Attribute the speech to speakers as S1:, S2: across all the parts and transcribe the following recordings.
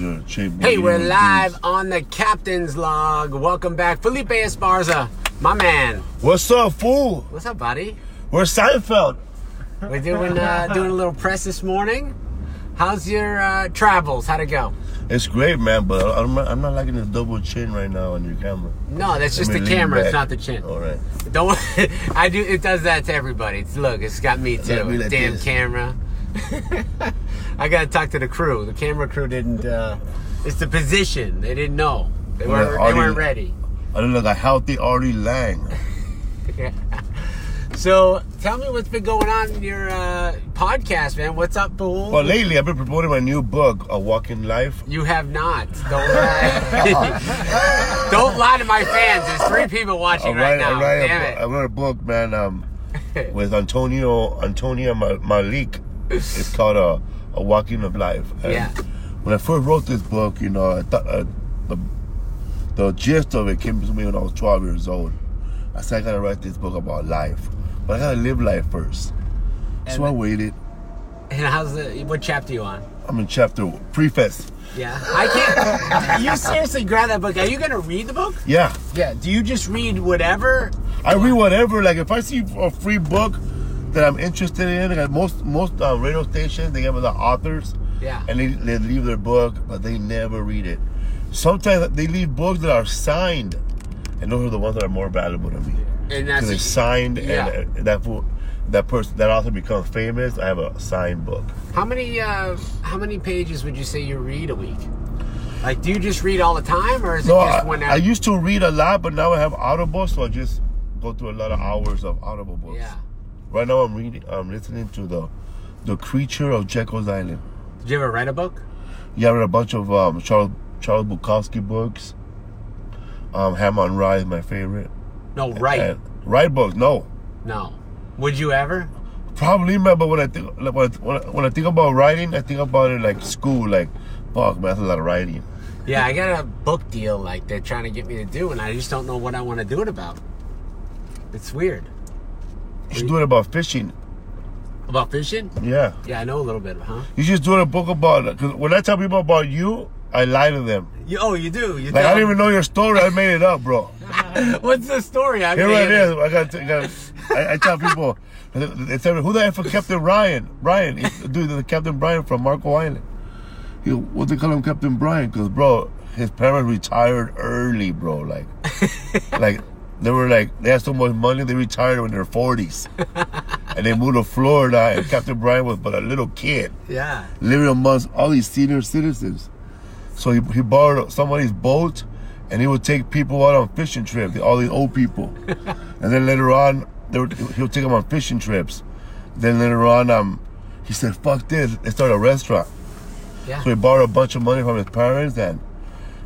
S1: uh, chamber.
S2: Hey, we're
S1: meeting.
S2: live on the captain's log. Welcome back, Felipe Esparza, my man.
S1: What's up, fool?
S2: What's up, buddy?
S1: Where's Seinfeld?
S2: We're doing uh, doing a little press this morning. How's your uh, travels? How'd it go?
S1: It's great, man, but I'm not, I'm not liking this double chin right now on your camera.
S2: No, that's just
S1: Let me
S2: the
S1: lean
S2: camera. It's
S1: back.
S2: not the chin.
S1: All right.
S2: Don't. I do. It does that to everybody. It's, look, it's got me too.
S1: me like
S2: Damn
S1: this.
S2: camera. I gotta talk to the crew. The camera crew didn't. Uh, it's the position. They didn't know. They
S1: Well,
S2: weren't.
S1: are
S2: They
S1: you-
S2: weren't ready.
S1: I look like a healthy Artie Lang.
S2: So tell me what's been going on in your uh, podcast, man. What's up, fool?
S1: Well, lately I've been promoting my new book, A Walk in Life.
S2: you have not. Don't lie. Don't lie to my fans. There's three people watching right, now.
S1: I write a
S2: Damn
S1: book-
S2: it.
S1: I wrote a book, man, um, with Antonio Antonio Mal- Malik. It's called uh, A Walking of Life. And
S2: Yeah.
S1: When I first wrote this book, you know, I thought uh, the the gist of it came to me when I was 12 years old. I said I gotta write this book about life, but I gotta live life first. so I waited.
S2: and how's the? What chapter you on?
S1: I'm in chapter preface.
S2: Yeah, I can't. you seriously grab that book? Are you gonna read the book?
S1: Yeah.
S2: Yeah. Do you just read whatever?
S1: I read whatever. Like if I see a free book that I'm interested in, like most most uh, radio stations they have the authors,
S2: Yeah.
S1: and they, they leave their book, but they never read it. Sometimes they leave books that are signed, and those are the ones that are more valuable to me
S2: And
S1: because it's
S2: that's
S1: signed,
S2: yeah.
S1: and uh, that book, that person that author becomes famous. I have a signed book.
S2: how many uh, how many pages would you say you read a week? Like, do you just read all the time, or is
S1: No,
S2: it just
S1: I,
S2: when?
S1: I used to read a lot, but now I have Audible, so I just go through a lot of hours of Audible books.
S2: Yeah.
S1: Right now, I'm reading. I'm listening to the, the Creature of Jekyll's Island.
S2: Did you ever write a book?
S1: Yeah, I read a bunch of um, Charles Charles Bukowski books. Um, Ham on Rye is my favorite.
S2: No, write.
S1: And Rye books, no.
S2: no. Would you ever?
S1: Probably, man. But when I think like, when I, when I- when I think about writing, I think about it like school. Like, fuck, man, that's a lot of writing.
S2: Yeah, I got a book deal like they're trying to get me to do, and I just don't know what I want to do it about. It's weird.
S1: You should do it about fishing.
S2: About fishing?
S1: Yeah,
S2: Yeah, I know a little bit, huh?
S1: you should do a book about. Cause when I tell people about you, I lie to them.
S2: You, oh, you do. You
S1: Like I
S2: tell-
S1: don't even know your story. I made it up, bro.
S2: What's the story? I
S1: Here
S2: mean,
S1: it is. I got. Gotta, I, I tell people. They tell me who the F is Captain Ryan? Brian, dude, the Captain Brian from Marco Island. He, what they call him Captain Brian? Cause bro, his parents retired early, bro. Like, like they were like they had so much money they retired when they were forties, and they moved to Florida. And Captain Brian was but a little kid
S2: Yeah.
S1: living amongst all these senior citizens. So he, he borrowed somebody's boat and he would take people out on fishing trips, all these old people. and then later on, they would, he would take them on fishing trips. Then later on, um, he said, fuck this, let's start a restaurant.
S2: Yeah.
S1: So he borrowed a bunch of money from his parents and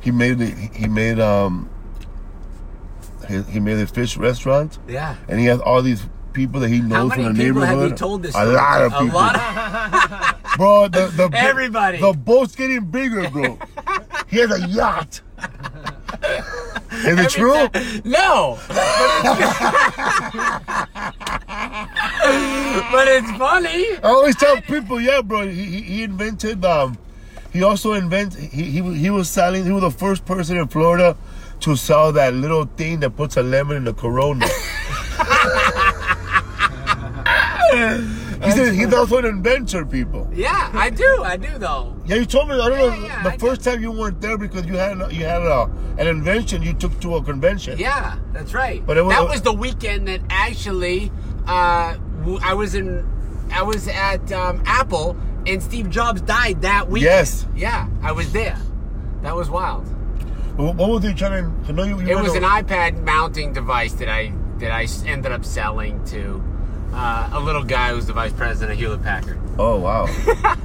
S1: he made, the- he made, um, he, he made a fish restaurant
S2: Yeah.
S1: and he has all these people that he knows
S2: How
S1: from the
S2: many people
S1: neighborhood.
S2: have you told this?
S1: a
S2: to?
S1: lot of
S2: A
S1: people.
S2: lot of-
S1: Bro, the, the
S2: Everybody.
S1: The boat's getting bigger, bro. he has a yacht. Is it true?
S2: no. but it's funny.
S1: I always tell people, yeah, bro. He, he- he invented um, he also invented he, he he was selling. He was the first person in Florida to sell that little thing that puts a lemon in the Corona. he said he's also an inventor, people.
S2: Yeah, I do. I do though.
S1: Yeah, you told me. I don't know.
S2: Yeah, yeah,
S1: the
S2: I
S1: first time you weren't there because you had a, you had a, an invention you took to a convention.
S2: Yeah, that's right.
S1: But it was-
S2: that was the weekend that actually uh, w- I was in. I was at um, Apple, and Steve Jobs died that weekend.
S1: Yes.
S2: Yeah, I was there. That was wild.
S1: What what was he trying to? No, you, you
S2: It
S1: were
S2: was
S1: the-
S2: an iPad mounting device that I that I s- ended up selling to uh, a little guy who was the vice president of Hewlett Packard.
S1: Oh wow!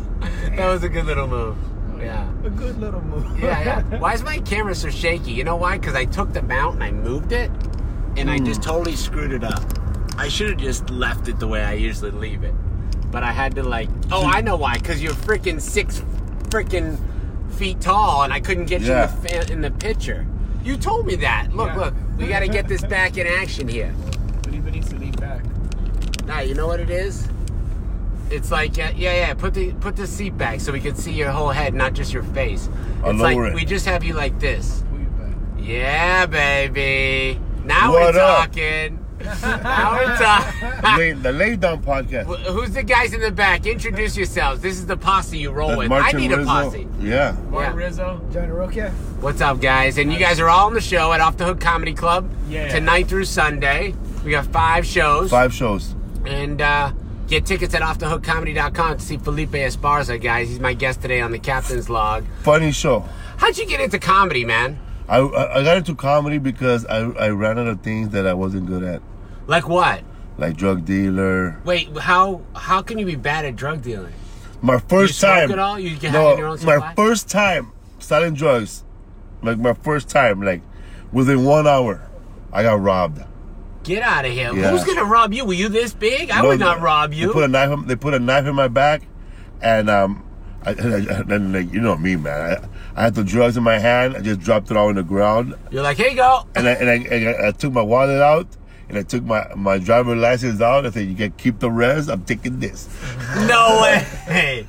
S2: That was a good little move. Yeah.
S3: A good little move.
S2: Yeah, yeah. Why is my camera so shaky? You know why? Because I took the mount and I moved it, and I
S3: Hmm.
S2: just totally screwed it up. I should have just left it the way I usually leave it, but I had to like. Oh, I know why. Because you're freaking six freaking feet tall, and I couldn't get
S1: Yeah.
S2: you in the, fa- in the picture. You told me that. Look,
S3: Yeah.
S2: look. We got to get this back in action here.
S3: But he needs to lean back.
S2: Now you know what it is. It's like yeah, yeah, yeah. Put the put the seat back so we can see your whole head, not just your face.
S1: I'll
S2: it's like
S1: lower it.
S2: we just have you like this.
S3: Pull you back.
S2: Yeah, baby. Now
S1: What
S2: we're
S1: up?
S2: talking. now we're talking.
S1: Lay- the Lay Down podcast.
S2: Who's the guys in the back? Introduce yourselves. This is the posse you roll
S1: That's
S2: with.
S1: Martin
S2: oh, I need a
S1: Rizzo.
S2: posse.
S1: Yeah.
S3: Martin
S2: Yeah.
S3: Rizzo.
S4: Johnny Roca.
S2: What's up, guys? And you guys are all on the show at Off the Hook Comedy Club
S3: Yeah.
S2: tonight through Sunday. We got five shows.
S1: Five shows.
S2: And uh, get tickets at offthehookcomedy.com to see Felipe Esparza, guys. He's my guest today on the Captain's Log.
S1: Funny show.
S2: How'd you get into comedy, man?
S1: I, I I got into comedy because I, I ran out of things that I wasn't good at,
S2: Like what?
S1: like drug dealer.
S2: Wait, how how can you be bad at drug dealing?
S1: My first
S2: smoke
S1: time.
S2: at all? You get high
S1: no,
S2: on your own
S1: my
S2: supply?
S1: first time selling drugs, like my first time, like within one hour, I got robbed.
S2: Get out of here.
S1: Yeah.
S2: Who's gonna rob you? Were you this big? I
S1: No,
S2: would not
S1: they-
S2: rob
S1: They
S2: you.
S1: put a knife. in- They put a knife in my back, and um, I, and, I- and, like you know me, man. I, I had the drugs in my hand. I just dropped it all on the ground,
S2: You're like, here you go.
S1: and I and I, and I, I took my wallet out. And I took my, my driver license out. I said, "You can keep the rest. I'm taking this."
S2: No way.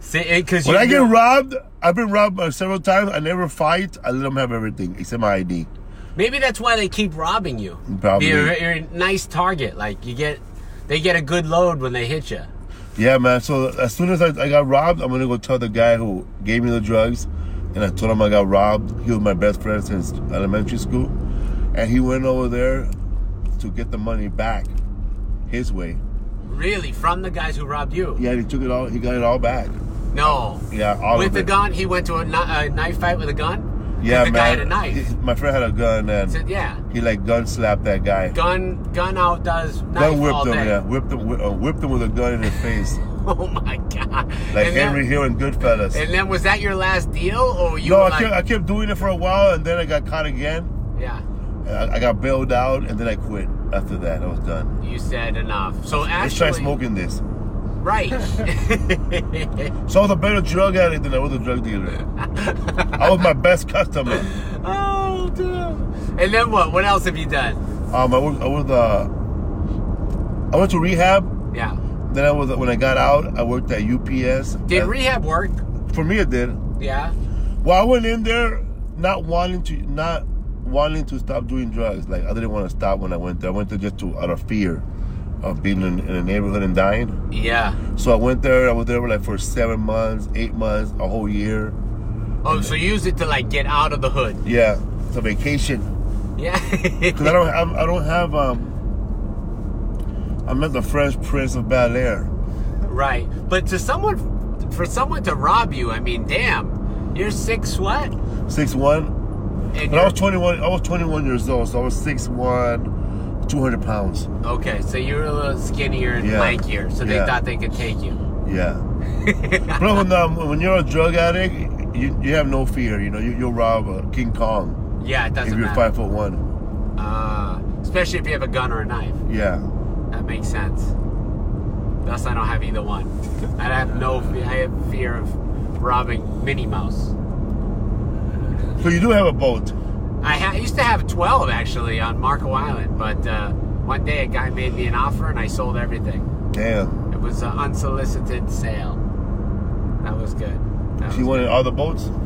S2: See, because you
S1: When I get
S2: do-
S1: robbed, I've been robbed uh, several times. I never fight. I let them have everything except my ID.
S2: maybe that's why they keep robbing you.
S1: Probably.
S2: You're, you're a nice target. Like you get, they get a good load when they hit you.
S1: Yeah, man. So as soon as I, I got robbed, I'm gonna go tell the guy who gave me the drugs, and I told him I got robbed. He was my best friend since elementary school, and he went over there to get the money back his way.
S2: Really, from the guys who robbed you.
S1: Yeah, he took it all. He got it all back.
S2: No.
S1: Yeah, all
S2: with
S1: of
S2: the
S1: it.
S2: gun, he went to a, kni- a knife fight with a gun. 'Cause
S1: Yeah,
S2: the
S1: man.
S2: guy had a knife.
S1: He- my friend had a gun, and
S2: So, yeah,
S1: he like gun slapped that guy.
S2: gun gun outdoes knife
S1: Gun whipped
S2: all
S1: him.
S2: day.
S1: Yeah, whipped him. whi- uh, whipped him with a gun in his face,
S2: Oh my god.
S1: like
S2: and
S1: Henry Hill in Goodfellas.
S2: Then, and then was that your last deal, or you?
S1: no,
S2: were
S1: I
S2: like,
S1: kept, I kept doing it for a while, and then I got caught again.
S2: yeah.
S1: I, I got bailed out and then I quit after that. I was done.
S2: You said enough. So
S1: Let's
S2: actually,
S1: try smoking this.
S2: right.
S1: So I was a better drug addict than I was a drug dealer. I was my best customer.
S2: Oh, damn. And then what? What else have you done?
S1: Um, I was, I was, uh, I went to rehab.
S2: Yeah.
S1: Then I was, when I got out, I worked at UPS.
S2: Did
S1: Uh,
S2: rehab work?
S1: For me, it did.
S2: Yeah.
S1: Well, I went in there not wanting to, not wanting to stop doing drugs. Like I didn't want to stop when I went there. I went there just to out of fear of being in, in a neighborhood and dying.
S2: Yeah.
S1: So I went there. I was there like for seven months, eight months, a whole year.
S2: Oh, so you use it to like get out of the hood.
S1: Yeah, it's a vacation.
S2: Yeah.
S1: Cause I don't, I'm, I don't have. Um, I'm not the French Prince of Bel Air.
S2: right. But to someone, for someone to rob you, I mean, damn, you're six what?
S1: Six one.
S2: And
S1: But I
S2: you're,
S1: was 21. I was 21 years old, so I was six one, 200 pounds.
S2: okay, so you're a little skinnier and
S1: Yeah.
S2: lankier, so they
S1: Yeah.
S2: thought they could take you.
S1: Yeah. but when, um, when you're a drug addict, you, you have no fear. You know, you, you'll rob a King Kong
S2: Yeah, it doesn't
S1: if you're
S2: matter.
S1: five foot one.
S2: Uh, especially if you have a gun or a knife.
S1: Yeah.
S2: That makes sense. Thus, I don't have either one. I have no. fe- I have fear of robbing Minnie Mouse.
S1: So you do have a boat.
S2: I, ha- I used to have 12 actually on Marco Island, but uh, one day a guy made me an offer and I sold everything.
S1: Damn.
S2: It was an unsolicited sale. That was good. That
S1: She
S2: was
S1: wanted all the boats.
S2: good.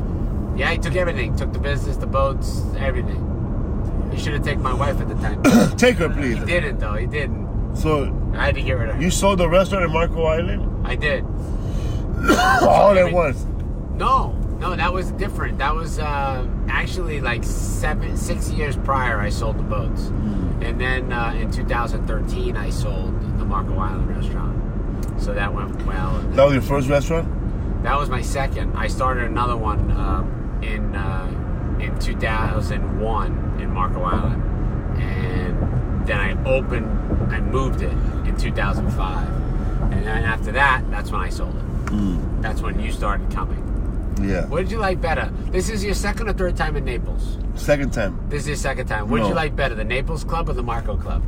S2: Yeah, he took everything. Took the business, the boats, everything. He should have taken my wife at the time.
S1: Take her,
S2: he
S1: please.
S2: didn't though. He didn't.
S1: So
S2: I had to get rid of her.
S1: You sold the restaurant in Marco Island
S2: I did.
S1: all at
S2: everything.
S1: once.
S2: No, no, that was different. That was uh, actually like seven, six years prior. I sold the boats,
S1: Hmm.
S2: and then uh, in 2013, I sold the Marco Island restaurant. So that went well.
S1: That was your first restaurant.
S2: That was my second. I started another one um, in uh, in 2001 in Marco Island, and then I opened, I moved it in 2005, and then after that, that's when I sold it.
S1: Hmm.
S2: That's when you started coming.
S1: Yeah.
S2: What did you like better? This is your second or third time in Naples.
S1: Second time.
S2: This is your second time. What did
S1: No.
S2: you like better, the Naples Club or the Marco Club?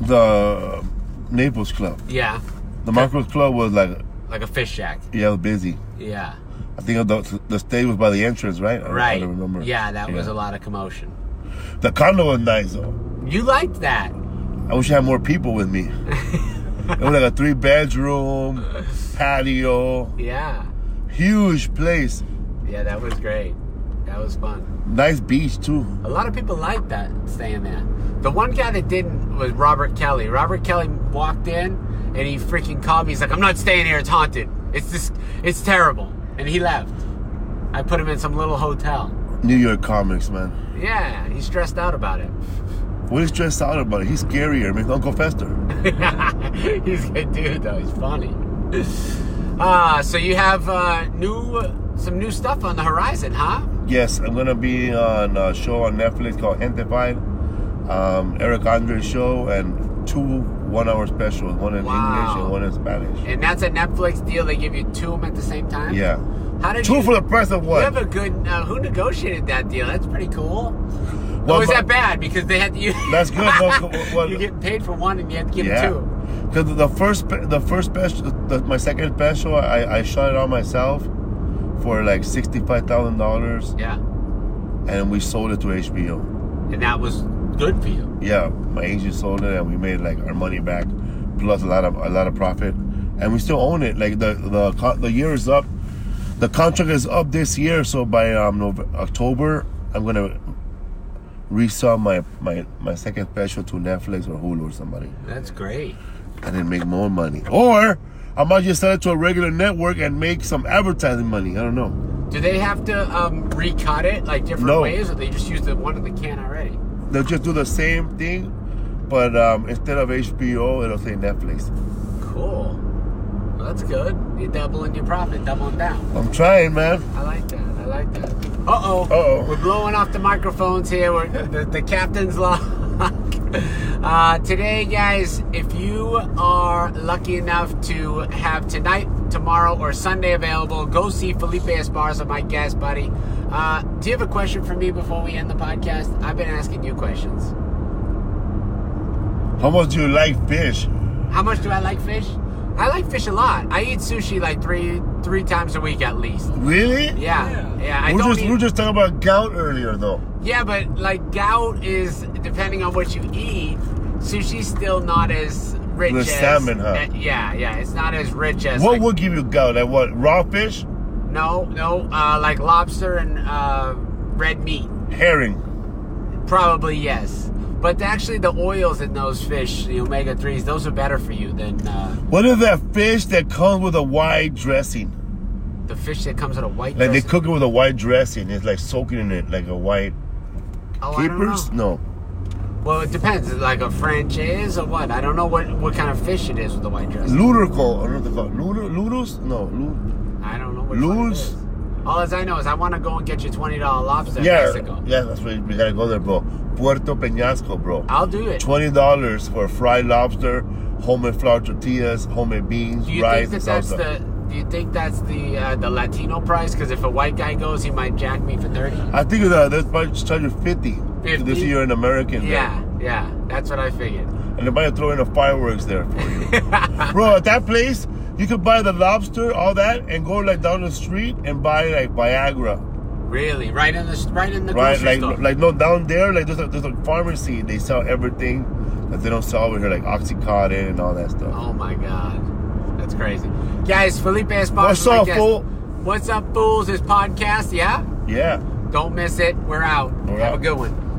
S1: The Naples Club.
S2: Yeah,
S1: The Marco's Club was like,
S2: like a fish shack.
S1: yeah, it was busy.
S2: Yeah,
S1: I think the, the stage was by the entrance, right? I don't- I
S2: right.
S1: don't remember.
S2: Yeah, that was a lot of commotion.
S1: The condo was nice though.
S2: You liked that.
S1: I wish I had more people with me. It was like a three bedroom patio,
S2: Yeah.
S1: huge place,
S2: Yeah, that was great. That was fun.
S1: nice beach too.
S2: A lot of people liked that staying there. The one guy that didn't was Robert Kelly. Robert Kelly walked in and he freaking called me. He's like, "I'm not staying here. It's haunted. It's just, it's terrible." And he left. I put him in some little hotel.
S1: New York comics, man.
S2: Yeah, he's stressed out about it.
S1: What is stressed out about? it? He's scarier, man. Uncle Fester.
S2: he's a good dude though. He's funny. Ah, so you have uh, new some new stuff on the horizon, huh?
S1: Yes, I'm gonna be on a show on Netflix called Gente Fine, um, Eric Andre's show, and two one-hour specials, one in English
S2: Wow.
S1: and one in Spanish.
S2: And that's a Netflix deal. They give you two of them at the same time.
S1: Yeah,
S2: How did
S1: two
S2: you?
S1: for the price of
S2: you
S1: one.
S2: have a good. Uh, who negotiated that deal? That's pretty cool.
S1: Well,
S2: Or was
S1: but-
S2: that bad? Because they had to. You,
S1: That's good. no, c- well,
S2: you're getting paid for one, and you had to give
S1: yeah,
S2: two.
S1: because the first, spe- the first special, the, my second special, I, I shot it on myself for like sixty-five thousand dollars,
S2: Yeah.
S1: and we sold it to HBO.
S2: And that was good for you.
S1: Yeah, my agent sold it, and we made like our money back, plus a lot of a lot of profit, and we still own it. Like the the co- the year is up, the contract is up this year. So by um Nov October, I'm gonna resell my my my second special to Netflix or Hulu or somebody,
S2: That's great.
S1: and then make more money. Or I might just sell it to a regular network and make some advertising money. I don't know.
S2: Do they have to um, recut it like different
S1: No.
S2: ways, or they just use the one in the can already?
S1: They'll just do the same thing, but um, instead of HBO, it'll say Netflix.
S2: Cool. Well, that's good. You're doubling your profit, doubling down.
S1: I'm trying, man.
S2: I like that. I like that. Uh oh.
S1: Uh-oh.
S2: We're blowing off the microphones here. We're, the, the captain's lock. Uh, today, guys, if you are lucky enough to have tonight, tomorrow, or Sunday available, go see Felipe Esparza, my guest buddy. Uh, do you have a question for me before we end the podcast? I've been asking you questions.
S1: How much do you like fish?
S2: How much do I like fish? I like fish a lot. I eat sushi like three three times a week at least.
S1: Really?
S2: Yeah, yeah. I
S1: we're
S2: don't.
S1: just
S2: eat-
S1: we we're just talking about gout earlier though.
S2: yeah, but like gout is depending on what you eat. Sushi's still not as rich
S1: The
S2: as
S1: salmon, huh?
S2: uh, yeah, yeah. It's not as rich as
S1: what
S2: like-
S1: would give you gout? Like what? Raw fish,
S2: no, no, uh, like lobster and uh, red meat.
S1: herring.
S2: Probably yes, but actually the oils in those fish, the omega threes, those are better for you than uh,
S1: What is that fish that comes with a white dressing?
S2: the fish that comes in a white.
S1: Like they
S2: dressing.
S1: cook it with a white dressing. It's like soaking in it, like a white
S2: Oh, I don't know.
S1: capers. No,
S2: Well, it depends. Is it Like a French is or what? I don't know what, what kind of fish it is with the white dress.
S1: ludicrol. I don't know what Luder, ludus? No, lu-
S2: I don't know what it
S1: Loons?
S2: is. All as I know is I want to go and get you twenty dollar lobster in
S1: yeah,
S2: Mexico.
S1: yeah. That's where we gotta go there, bro. Puerto Peñasco, bro.
S2: I'll do it.
S1: Twenty dollars for fried lobster, homemade flour tortillas, homemade beans,
S2: do you
S1: rice,
S2: think
S1: and
S2: that that's
S1: salsa.
S2: the? Do you think that's the uh, the Latino price? Because if a white guy goes, he might jack me for thirty.
S1: I think that that's probably charge you 50.
S2: 50?
S1: This year an American.
S2: Yeah, yeah, that's what I figured.
S1: there. And they might throw in a fireworks there for you. Bro, at that place, you could buy the lobster, all that, and go like down the street and buy like Viagra.
S2: Really, right in the right in the
S1: Right?
S2: grocery
S1: Like
S2: store.
S1: like no down there, like there's a there's a pharmacy. They sell everything that they don't sell over here, like Oxycontin and all that stuff.
S2: Oh my god. That's crazy. Guys, Felipe Esparza.
S1: What's
S2: my
S1: up,
S2: guest.
S1: fool?
S2: What's up, fools? This podcast, yeah?
S1: Yeah.
S2: Don't miss it. We're out.
S1: We're
S2: Have a
S1: out.
S2: good one.